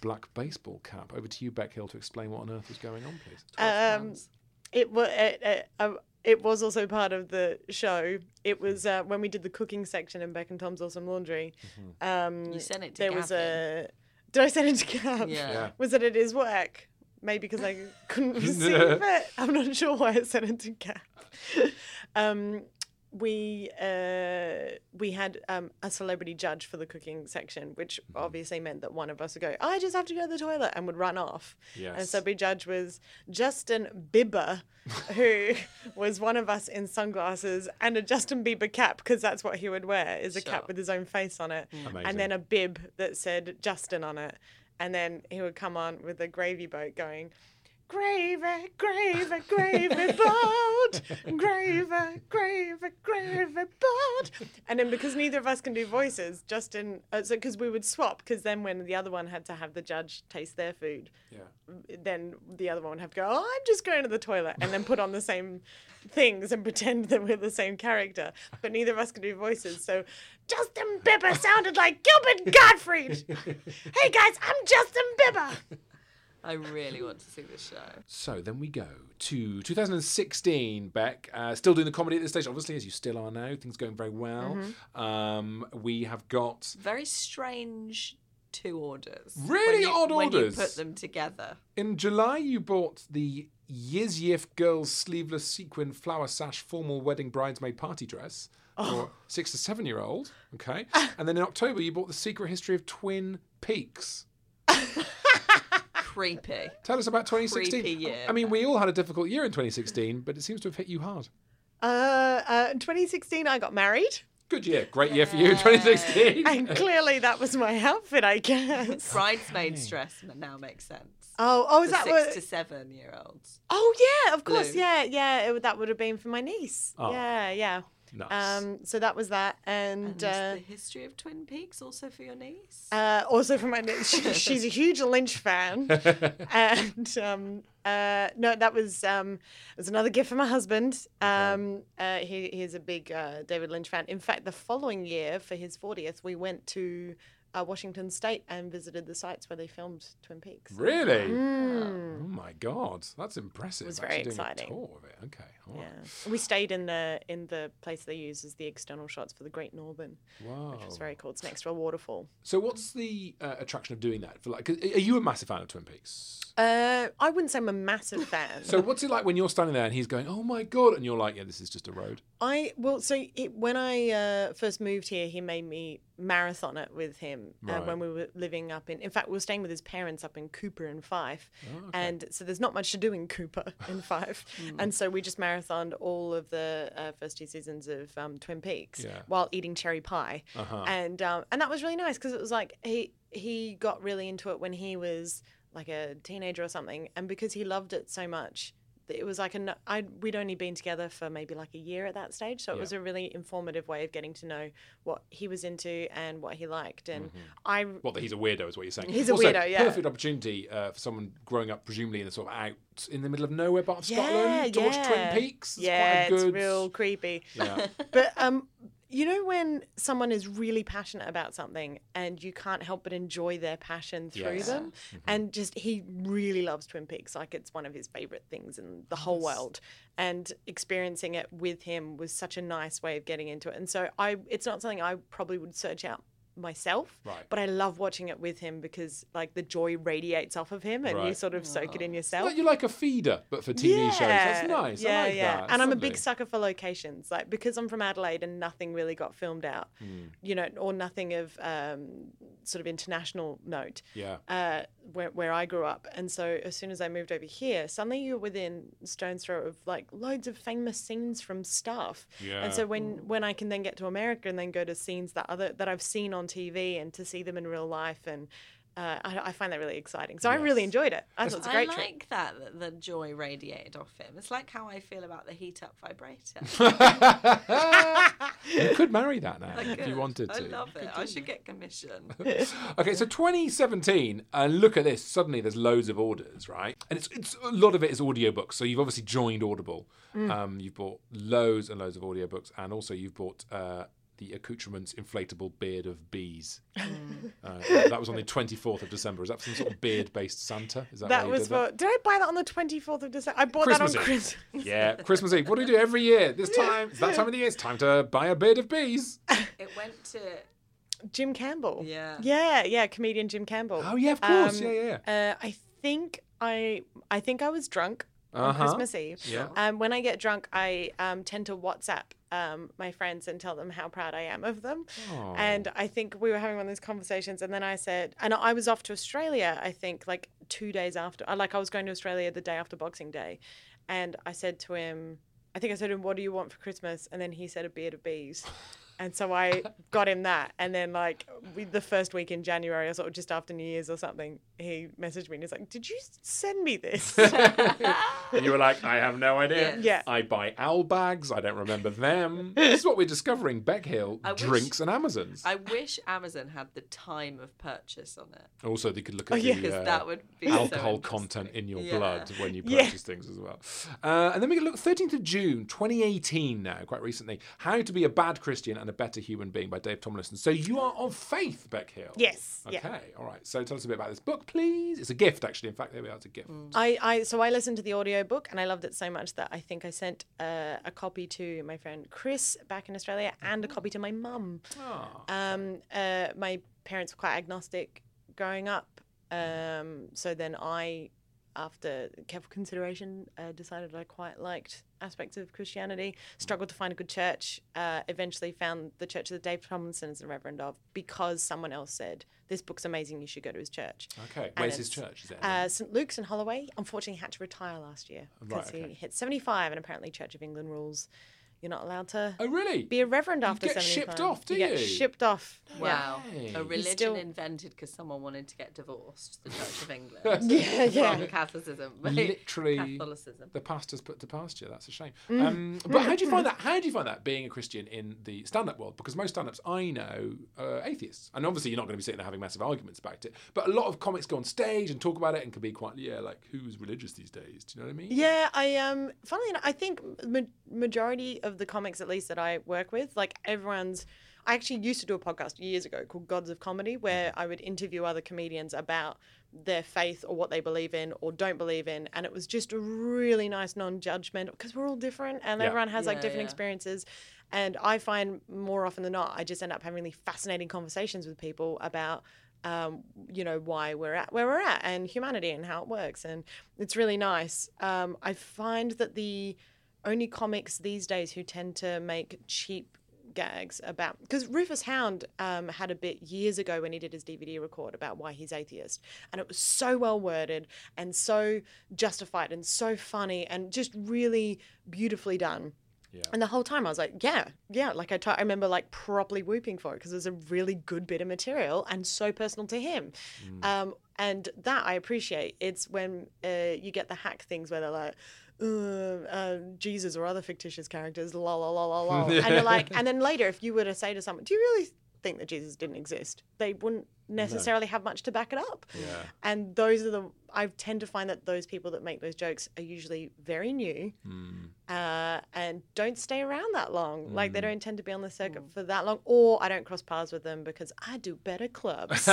black baseball cap. Over to you, Beck Hill, to explain what on earth was going on, please.
Um, it was it, it, uh, it was also part of the show. It was uh, when we did the cooking section in Beck and Tom's Awesome Laundry. Um,
You sent it to
there was a. Did I send it to Gab?
Yeah. Yeah.
Was it at his work? Maybe because I couldn't receive it. I'm not sure why I sent it to Gab. <laughs> um, we uh, we had um, a celebrity judge for the cooking section, which obviously meant that one of us would go, I just have to go to the toilet, and would run off. And
Yes.
so celebrity judge was Justin Bieber, who was one of us in sunglasses and a Justin Bieber cap because that's what he would wear is a cap with his own face on it,
Amazing.
and then a bib that said Justin on it, and then he would come on with a gravy boat going. Gravy, gravy, gravy boat, gravy, gravy, gravy boat. And then because neither of us can do voices, Justin, uh, so because we would swap, because then when the other one had to have the judge taste their food, then the other one would have to go, oh, I'm just going to the toilet, and then put on the same things and <laughs> pretend that we're the same character. But neither of us could do voices. So Justin <laughs> Bieber sounded like Gilbert Gottfried. hey guys, I'm Justin Bieber.
I really want to see this show.
So then we go to 2016, Beck. Uh, still doing the comedy at this stage, obviously, as you still are now. Things going very well.
Mm-hmm.
Um, we have got
Very strange two orders.
Really
when you-
odd
When you
orders.
put them together.
In July, you bought the Yiz Yif Girls Sleeveless Sequin Flower Sash Formal Wedding Bridesmaid Party Dress
Oh.
for six to seven year old.
<laughs>
Okay.
Ah.
and then in October, you bought The Secret History of Twin Peaks.
Creepy.
Tell us about 2016.
Creepy year.
I mean, we all had a difficult year in 2016, but it seems to have hit you hard.
Uh, uh, in 2016, I got married,
Good
<laughs>
year. Great year for you, 2016. <laughs>
and clearly that was my outfit, I <laughs> guess.
Bridesmaid's dress m- now makes sense.
Oh, oh,
For
is that
six
what?
to seven year olds.
Oh, yeah, of course,
Blue.
yeah, yeah. It, would- that would have been for my niece.
Oh.
Yeah, yeah.
Nice.
Um, so that was that, and,
And
uh,
the history of Twin Peaks also for your niece.
Uh, also from my
<laughs>
she, she's a huge Lynch fan, and um, uh, no, that was um, it was another gift for my husband. Um, uh, he he's a big uh, David Lynch fan. In fact, the following year for his fortieth, we went to uh, Washington State and visited the sites where they filmed Twin Peaks. Mm.
Really? Oh my God, that's impressive.
was
Actually
very
doing
exciting.
A tour of it. Okay. all right.
Yeah. We stayed in the in the place they use as the external shots for the Great Northern,
Wow.
which was very cool. It's next to a waterfall.
So, what's the uh, attraction of doing that? For like, 'cause are you a massive fan of Twin Peaks?
Uh, I wouldn't say I'm a massive fan.
So, what's it like when you're standing there and he's going, "Oh my god," and you're like, "Yeah, this is just a road."
I well, so it, when I uh, first moved here, he made me marathon it with him uh,
Right.
when we were living up in. In fact, we were staying with his parents up in Cooper and Fife,
Oh,
and so there's not much to do in
<laughs>
Cooper and Fife,
Hmm.
and so we just marathoned all of the uh, first two seasons of um, Twin Peaks
Yeah. Uh-huh.
while eating cherry pie, and um, and that was really nice because it was like he he got really into it when he was like a teenager or something, and because he loved it so much, that it was like an I we'd only been together for maybe like a year at that stage, so it was a really informative way of getting to know what he was into and what he liked, and I
Well, that he's a weirdo is what you're saying.
He's a
Also,
weirdo, yeah.
Perfect opportunity uh, for someone growing up, presumably in a sort of out in the middle of nowhere part of
yeah,
Scotland, to watch
yeah.
Twin Peaks. It's
yeah,
quite a good...
it's real creepy. <laughs>
Yeah.
but um you know when someone is really passionate about something and you can't help but enjoy their passion through
Yes. Mm-hmm.
them and just he really loves twin peaks like it's one of his favorite things in the whole world and experiencing it with him was such a nice way of getting into it and so i it's not something i probably would search out myself
Right.
but i love watching it with him because like the joy radiates off of him and you
Right.
sort of soak it in yourself
Like- You're like a feeder, but for TV shows. That's nice. I like that.
and I'm a big
Lovely.
sucker for locations. Like because I'm from Adelaide and nothing really got filmed out,
Hmm.
you know, or nothing of um, sort of international note.
Yeah.
Uh, where, where I grew up, and so as soon as I moved over here, suddenly you're within stone's throw of like loads of famous scenes from stuff.
Yeah.
And so when when I can then get to America and then go to scenes that other that I've seen on TV and to see them in real life, and uh, I, I find that really exciting. So I really enjoyed it. I thought it was a great
I
trip.
like that, that the joy radiated off him. It's like how I feel about the heat up
<laughs>
vibrator.
you could marry that
<laughs>
now
I
if
could.
you wanted
I
to.
love it. I should
<laughs>
get commission.
Okay, so 2017, and look at this. Suddenly, there's loads of orders, right? And it's, it's a lot of it is audiobooks. So you've obviously joined Audible.
Mm.
Um, you've bought loads and loads of audiobooks, and also you've bought uh, the accoutrements inflatable beard of bees.
Mm.
Uh, that was on the 24th of December. Is that some sort of beard-based Santa? Is that,
That
why you
was
did
for. Did I buy that on the 24th of December? I bought that on
Christmas
Christmas.
Eve. Yeah, Christmas Eve. What do we do every year? This time, it's that time of the year. It's time to buy a beard of bees.
It went to
<laughs> Jim Campbell.
Yeah.
Yeah, yeah, comedian Jim Campbell.
Oh yeah, of course. yeah, yeah. yeah.
Uh, I think I I think I was drunk <laughs> on
Uh-huh.
Christmas Eve.
Yeah.
Um, when I get drunk, I um, tend to WhatsApp um, my friends and tell them how proud I am of them. And I think we were having one of these conversations, and then I said, and I was off to Australia. I think like two days after, uh, like I was going to Australia the day after Boxing Day, and I said to him, I think I said to him, "What do you want for Christmas?" And then he said, "A beard of bees." And so I got him that. And then, like, we, the first week in January, or sort of just after New Year's or something, he messaged me and he's like, Did you send me this?
And <laughs> you were like, I have no idea.
Yeah.
I buy owl bags. I don't remember them. this is what we're discovering. Beck Hill
I wish-
drinks and Amazons.
I wish Amazon had the time of purchase on it.
also, they could look at
yeah.
the
Because
uh,
Oh, that would be so
alcohol
interesting.
content in your
Yeah.
blood when you
<laughs> Yeah.
purchase things as well. Uh, and then we can look 13th of June, 2018 now, quite recently. How to be a bad Christian and a Better Human Being by Dave Tomlinson. So you are on faith, Beck Hill.
Yes,
Okay.
yeah.
All right. So tell us a bit about this book, please. It's a gift, actually. In fact, there we are. It's a gift.
Mm.
I, I so I listened to the audiobook and I loved it so much that I think I sent uh, a copy to my friend Chris back in Australia and a copy to my mum. Um, uh, my parents were quite agnostic growing up, um, so then I, after careful consideration, uh, decided I quite liked aspects of Christianity. Struggled to find a good church. Uh, eventually found the church that Dave Tomlinson is the reverend of because someone else said this book's amazing. You should go to his church.
Okay.
And
Where's his
it's-
church? Is it?
uh, St Luke's in Holloway. Unfortunately, had to retire last year because
Right, okay.
he hit 75, and apparently Church of England rules you're not allowed to
oh, really?
be a reverend
You
after
get
75.
shipped off, do
get
you?
shipped off.
Wow.
Hey.
A religion
still-
invented because someone wanted to get divorced, the Church of
<laughs>
England.
Yeah, <laughs> yeah.
From Catholicism. <laughs>
Literally,
Catholicism.
the pastor's put to pasture. That's a shame.
Mm.
Um, but how do you
<laughs>
find that? How do you find that being a Christian in the stand-up world? Because most stand-ups I know are atheists, and obviously you're not going to be sitting there having massive arguments about it. But a lot of comics go on stage and talk about it and can be quite, yeah, like who's religious these days? Do you know what I mean?
Yeah, I um, funnily enough, I think ma- majority of the comics, at least that I work with, like everyone's. I actually used to do a podcast years ago called Gods of Comedy, where I would interview other comedians about their faith or what they believe in or don't believe in, and it was just a really nice non-judgmental because we're all different and
Yeah.
everyone has like
Yeah,
different
yeah.
experiences. And I find more often than not, I just end up having really fascinating conversations with people about um, you know, why we're at where we're at and humanity and how it works. And it's really nice. Um, I find that the only comics these days who tend to make cheap gags about because Rufus Hound um, had a bit years ago when he did his DVD record about why he's atheist and it was so well worded and so justified and so funny and just really beautifully done and the whole time I was like, yeah, yeah. Like I, try- I remember like properly whooping for it because it was a really good bit of material and so personal to him. Um, and that I appreciate. It's when uh, you get the hack things where they're like, "Uh, uh, Jesus or other fictitious characters, la la la la la. And you're like, and then later, if you were to say to someone, do you really think that Jesus didn't exist? They wouldn't necessarily have much to back it up.
Yeah.
And those are the, I tend to find that those people that make those jokes are usually very new uh, and don't stay around that long. Like they
Mm.
don't tend to be on the circuit
Mm.
for that long, or I don't cross paths with them because I do
<laughs>
better clubs.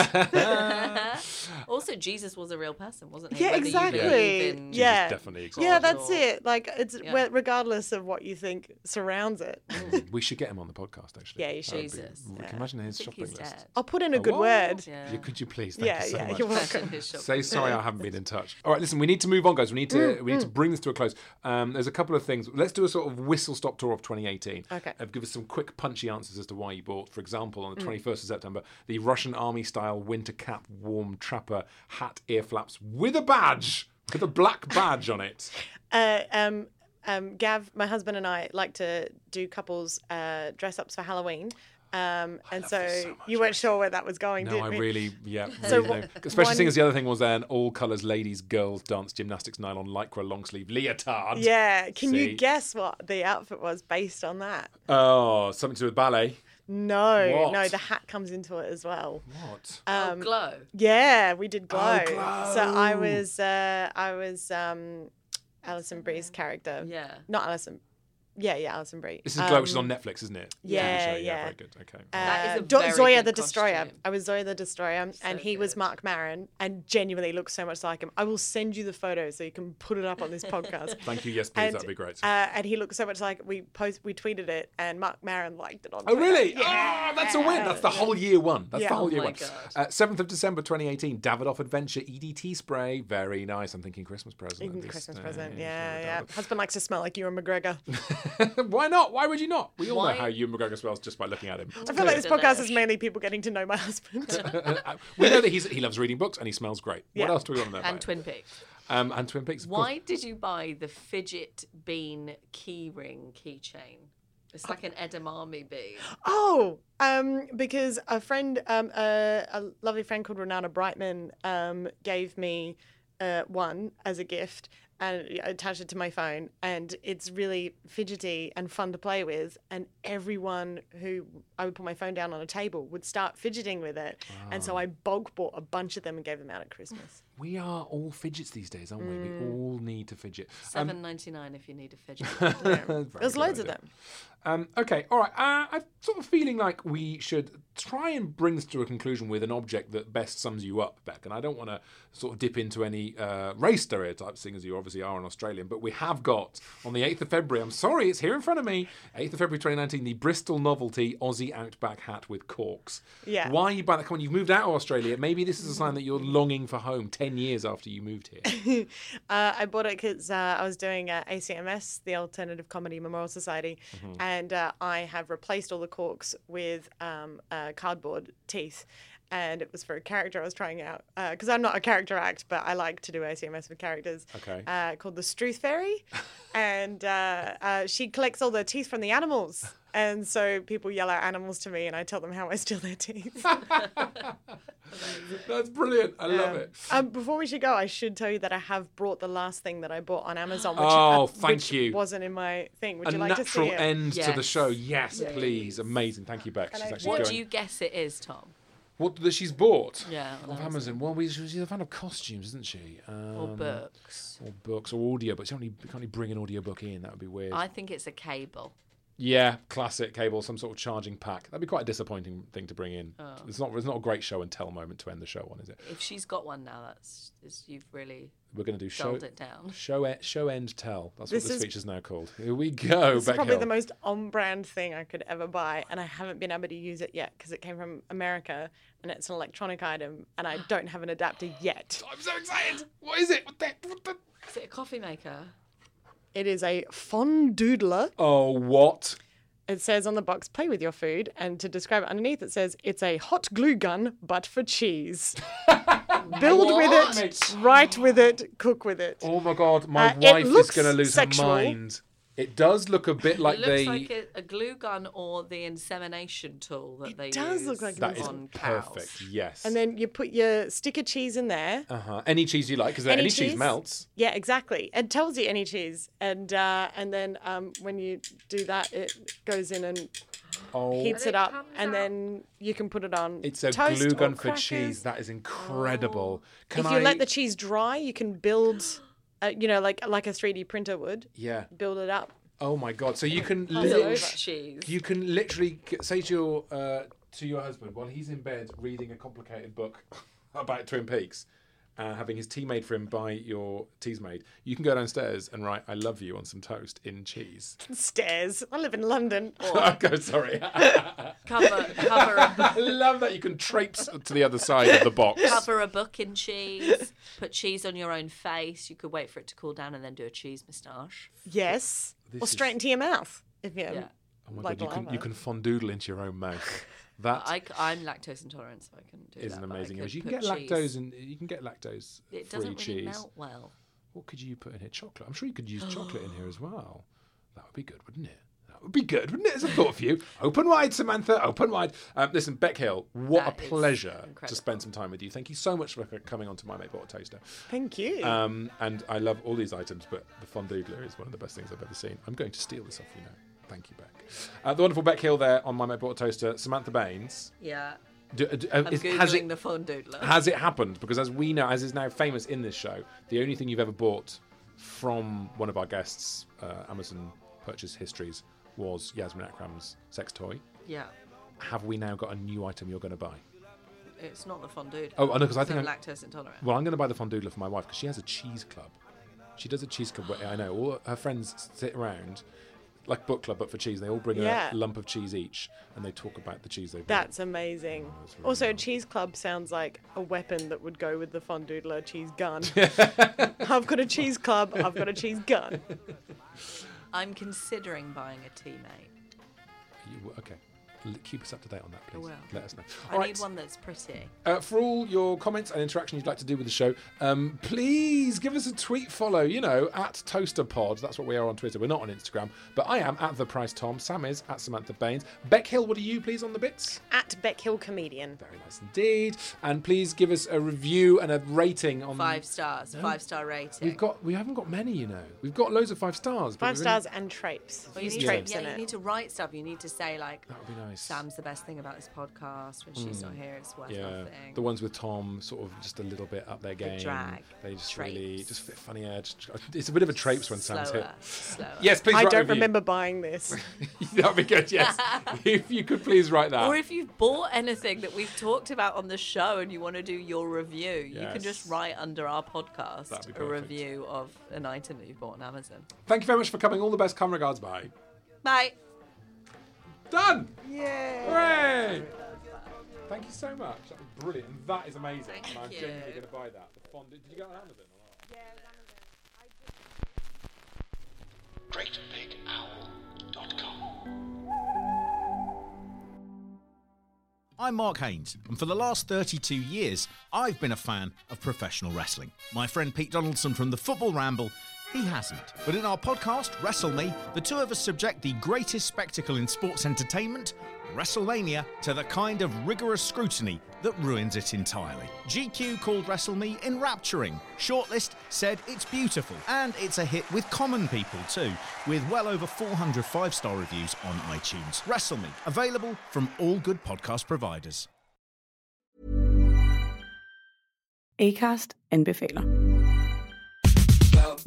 <laughs> also, Jesus was a real person, wasn't he?
yeah,
Whether you
exactly.
believe in-
yeah,
definitely exists.
Yeah, that's
Sure.
it. Like it's
Yeah.
re- regardless of what you think surrounds
<laughs>
it.
we should get him on the podcast. Actually,
Yeah, you should.
That would be-
Jesus.
we can imagine his
I think
shopping
he's
list.
dead.
I'll put in a
Oh,
good
what?
word.
Yeah.
Yeah, could you please? Thank
Yeah,
you so
yeah,
much.
you're welcome.
Imagine his shock.
Say sorry, I haven't been in touch. All right, listen, we need to move on, guys. We need to
Mm,
we need to bring this to a close. Um, there's a couple of things. Let's do a sort of whistle stop tour of 2018.
Okay. Mm.
Uh, give us some quick punchy answers as to why you bought, for example, on the 21st of September, the Russian Army style winter cap, warm trapper hat, ear flaps with a badge, with a black badge on
<laughs>
it.
uh, um, um, Gav, my husband and I like to do couples uh, dress ups for Halloween. Um, and so, you weren't sure where that was going,
No,
did
I
we?
really, yeah,
So
really
wha-
know. Especially
one-
seeing as the other thing was an all colours ladies, girls, dance, gymnastics, nylon, lycra, long sleeve, leotard.
Yeah. Can
See?
you guess what the outfit was based on that?
Oh, something to do with ballet.
No,
What?
no, the hat comes into it as well. Um,
What?
Oh, glow.
Yeah, we did glow.
Oh, Glow.
So I was, uh, I was um, Alison Brie's character.
Yeah.
Not Alison. Yeah, yeah, Alison Uh, Bree.
This is Glow, which is on Netflix, isn't it? The TV
Um, yeah,
show.
yeah. Uh,
Very good. Okay.
That is a
Do-
very
Zoya
good
the Destroyer.
costume.
I was Zoya the Destroyer, and he was
good.
Mark Maron, and genuinely looks so much like him. I will send you the photo so you can put it up on this podcast.
<laughs> Thank you. Yes, please.
And,
That'd be great.
Uh, and he looks so much like we post, we tweeted it, and Mark Maron liked it on.
Oh
Twitter.
really? Ah, that's a win. That's the whole year one. That's the
Yeah.
whole year
Oh my
one.
God.
Uh, 7th of December 2018, Davidoff Adventure EDT spray. Very nice. I'm thinking Christmas present. at
Even
this
Christmas
stage.
present. Yeah, yeah. Husband likes to smell like Ewan
<laughs>
McGregor.
Why not? Why would you not? We all
Why-
know how Ewan McGregor smells just by looking at him.
I feel like this
Dunno.
podcast is mainly people getting to know my <laughs> husband.
<laughs> Uh, we know that he's, he loves reading books and he smells great. What
Yeah.
else do we want to know?
And
about?
Twin Peaks.
Um, and Twin Peaks. of course.
Why did you buy the fidget bean key ring keychain? It's like an edamame bean.
oh, um, because a friend, um, a, a lovely friend called Renata Brightman, um, gave me uh, one as a gift and I attached it to my phone. And it's really fidgety and fun to play with. And everyone who I would put my phone down on a table would start fidgeting with it. And so I bulk bought a bunch of them and gave them out at Christmas.
We are all fidgets these days, aren't we? We all need to fidget. <laughs> Um,
Seven ninety nine if you need
<laughs>
a fidget.
very
Mm. There's
good
loads of
idea.
them.
Um, okay, all right. Uh, I'm sort of feeling like we should try and bring this to a conclusion with an object that best sums you up, Beck. And I don't want to sort of dip into any uh, race stereotypes, seeing as you obviously are an Australian. But we have got on the 8th of February, I'm sorry, it's here in front of me, 8th of February 2019, the Bristol Novelty Aussie Outback Hat with corks.
Yeah.
Why are you buying that? Come on, you've moved out of Australia. Maybe this is a sign that you're longing for home 10 years after you moved
<laughs>
here.
Uh, I bought it because uh, I was doing uh, ACMS, the Alternative Comedy Memorial Society, and uh, I have replaced all the corks with um, uh, cardboard teeth. And it was for a character I was trying out because I'm not a character act, but I like to do ACMS with characters.
Okay.
Uh, called the Struth Fairy, and uh, uh, she collects all the teeth from the animals. And so people yell out animals to me, and I tell them how I steal their teeth.
That's brilliant. I love it.
Um, before we should go, I should tell you that I have brought the last thing that I bought on Amazon, which,
Oh,
uh,
thank
which
you.
wasn't in my thing. Would
a
you like to see
natural
it?
end to the
Yes.
show. Yes, please. Amazing. Thank you, Beck. She's actually
what
going.
do you guess it is, Tom?
What that she's bought?
Yeah, on
Off Amazon. Well, we, she's a fan of costumes, isn't she? Um,
Or books?
Or books or audio, but she only can't really bring an audiobook in. That would be weird.
I think it's a cable.
Yeah, classic cable, some sort of charging pack. That'd be quite a disappointing thing to bring in.
Oh.
It's not. It's not a great show and tell moment to end the show on, is it?
If she's got one now, that's is, you've really
We're going to do show
dulled it down. <laughs>
show e- show end tell. That's
This
what this
is-
feature's now called. Here we go,
It's
Beck
probably
Hill.
the most on-brand thing I could ever buy, and I haven't been able to use it yet because it came from America, and it's an electronic item, and I don't have an adapter yet.
I'm so excited. What is it? What the, what the...
Is it a coffee maker?
It is a fondoodler.
Oh, what?
It says on the box, "Play with your food," and to describe it underneath, it says it's a hot glue gun, but for
<laughs>
cheese. Build with it, write with it, cook with it.
Oh my god, my
Uh, it
wife is
looks
going to lose
sexual.
her mind. It does look a bit like
it looks
they.
like a, a glue gun or the insemination tool that they
does
use
look like a
that is
on cows.
perfect. Yes.
And then you put your stick of cheese in there.
uh-huh. any cheese you like, because any,
Any
cheese
cheese?
melts.
Yeah, exactly. It tells you any cheese, and uh, and then um, when you do that, it goes in and
Oh,
heats it up, and then you can put it on.
it's a
toast
glue
or
gun for
crackers.
cheese. That is
Oh.
incredible. Can
if
I?
you let the cheese dry, you can build, uh, you know, like like a three D printer would,
yeah.
build it up. <laughs>
Oh my god. So you can
Milk
lit-
cheese.
you can literally c- say to your uh, to your husband while he's in bed reading a complicated book <laughs> about Twin Peaks. Uh, having his tea made for him by your tea's maid, you can go downstairs and write "I love you" on some toast in cheese.
Stairs. I live in
<laughs>
London.
okay, sorry.
Cover,
<laughs>
cover, a,
I love that you can traipse to the other side of the box.
cover a book in cheese. Put cheese on your own face. You could wait for it to cool down and then do a cheese moustache.
Yes, or
is-
straight into your mouth if you.
Yeah.
Oh my
Like
god, you can
lava.
you can fondoodle into your own
<laughs>
mouth. That
I, am lactose intolerant, so I couldn't do
is
that.
an
but I
amazing
could
image. You can
put
get
cheese.
lactose and you can get lactose
It
free
doesn't really
cheese.
melt well.
What could you put in here? Chocolate. I'm sure you could use chocolate in here
<gasps>
as well. That would be good, wouldn't it? That would be good, wouldn't it? It's a thought for you. Open wide, Samantha. Open wide. Um, listen, Beck Hill, what
That
a
is
pleasure to
incredible.
spend some time with you. Thank you so much for c- coming on to my mate bought a toaster.
Thank you.
Um, and I love all these items, but the fondoodler is one of the best things I've ever seen. I'm going to steal this off you now. Thank you, Beck. Uh, the wonderful Beck Hill there on My Mate Bought a Toaster, Samantha Baines.
Yeah.
Do, uh, do- uh,
I'm
is-
Googling
has, it,
the fondoodler.
has it happened? Because as we know, as is now famous in this show, the only thing you've ever bought from one of our guests' uh, Amazon purchase histories was Yasmin Akram's sex toy.
yeah.
Have we now got a new item you're going to buy?
It's not the fondoodler.
Oh, I know, 'cause I
It's
think
a
I'm-
lactose intolerant.
Well, I'm going to buy the fondoodler for my wife because she has a cheese club. She does a cheese club. Where, I know all her friends sit around, like book club, but for cheese. They all bring
Yeah.
a lump of cheese each, and they talk about the cheese they've. bought.
That's amazing. Also, cheese club sounds like a weapon that would go with the fondoodler cheese gun. I've got a cheese club. I've got a cheese gun.
I'm considering buying a teammate.
You- okay. L- Keep us up to date on that, please.
will.
Let us know.
I
All right.
need one that's pretty.
Uh, for all your comments and interaction you'd like to do with the show, um, please give us a tweet follow, you know, at ToasterPod. That's what we are on Twitter. We're not on Instagram, but I am at the Price Tom. Sam is at Samantha Baines. Beck Hill, what are you, please, on the bits?
At Beckhill Comedian.
Very nice indeed. And please give us a review and a rating on
Five stars, five star rating.
Um, We've got we haven't got many, you know. We've got loads of five stars. but
Five
we've only-
stars and traipes.
Well, you
Use
need,
Yeah.
to,
traipes
yeah,
in
you
it.
need to write stuff. You need to say like,
That would be nice. nice.
Sam's the best thing about his podcast. When she's not here, it's worth
Hmm. yeah,
nothing.
the ones with Tom sort of just a little bit up their game.
drag,
They just really
traipse.
just a bit funnier. Just, it's a bit of a traipse when Sam's hit.
slower, slower.
Yes, please.
I
write a
don't
review.
remember buying this.
<laughs> That'd be good.
<laughs>
Yes, if you could please write that.
Or if you've bought anything that we've talked about on the show and you want to do your review, you can
Yes.
just write under our podcast
That'd be
a
perfect.
review of an item that you've bought on Amazon.
Thank you very much for coming. All the best. Come regards. Bye.
Bye.
Done. Yay! Hooray! Thank you so much. That was brilliant. And that is amazing.
Thank
and I'm
you.
genuinely going to buy that. The fondue. Did you get it on Amazon or not?
GreatBigOwl.com.
I'm Mark Haynes, and for the last 32 years, I've been a fan of professional wrestling. My friend Pete Donaldson from the Football Ramble, he hasn't. But in our podcast, Wrestle Me, the two of us subject the greatest spectacle in sports entertainment, WrestleMania, to the kind of rigorous scrutiny that ruins it entirely. GQ called Wrestle Me enrapturing. Shortlist said it's beautiful, and it's a hit with common people too, with well over 400 five star reviews on iTunes. Wrestle Me, available from all good podcast providers.
Acast anbefaler.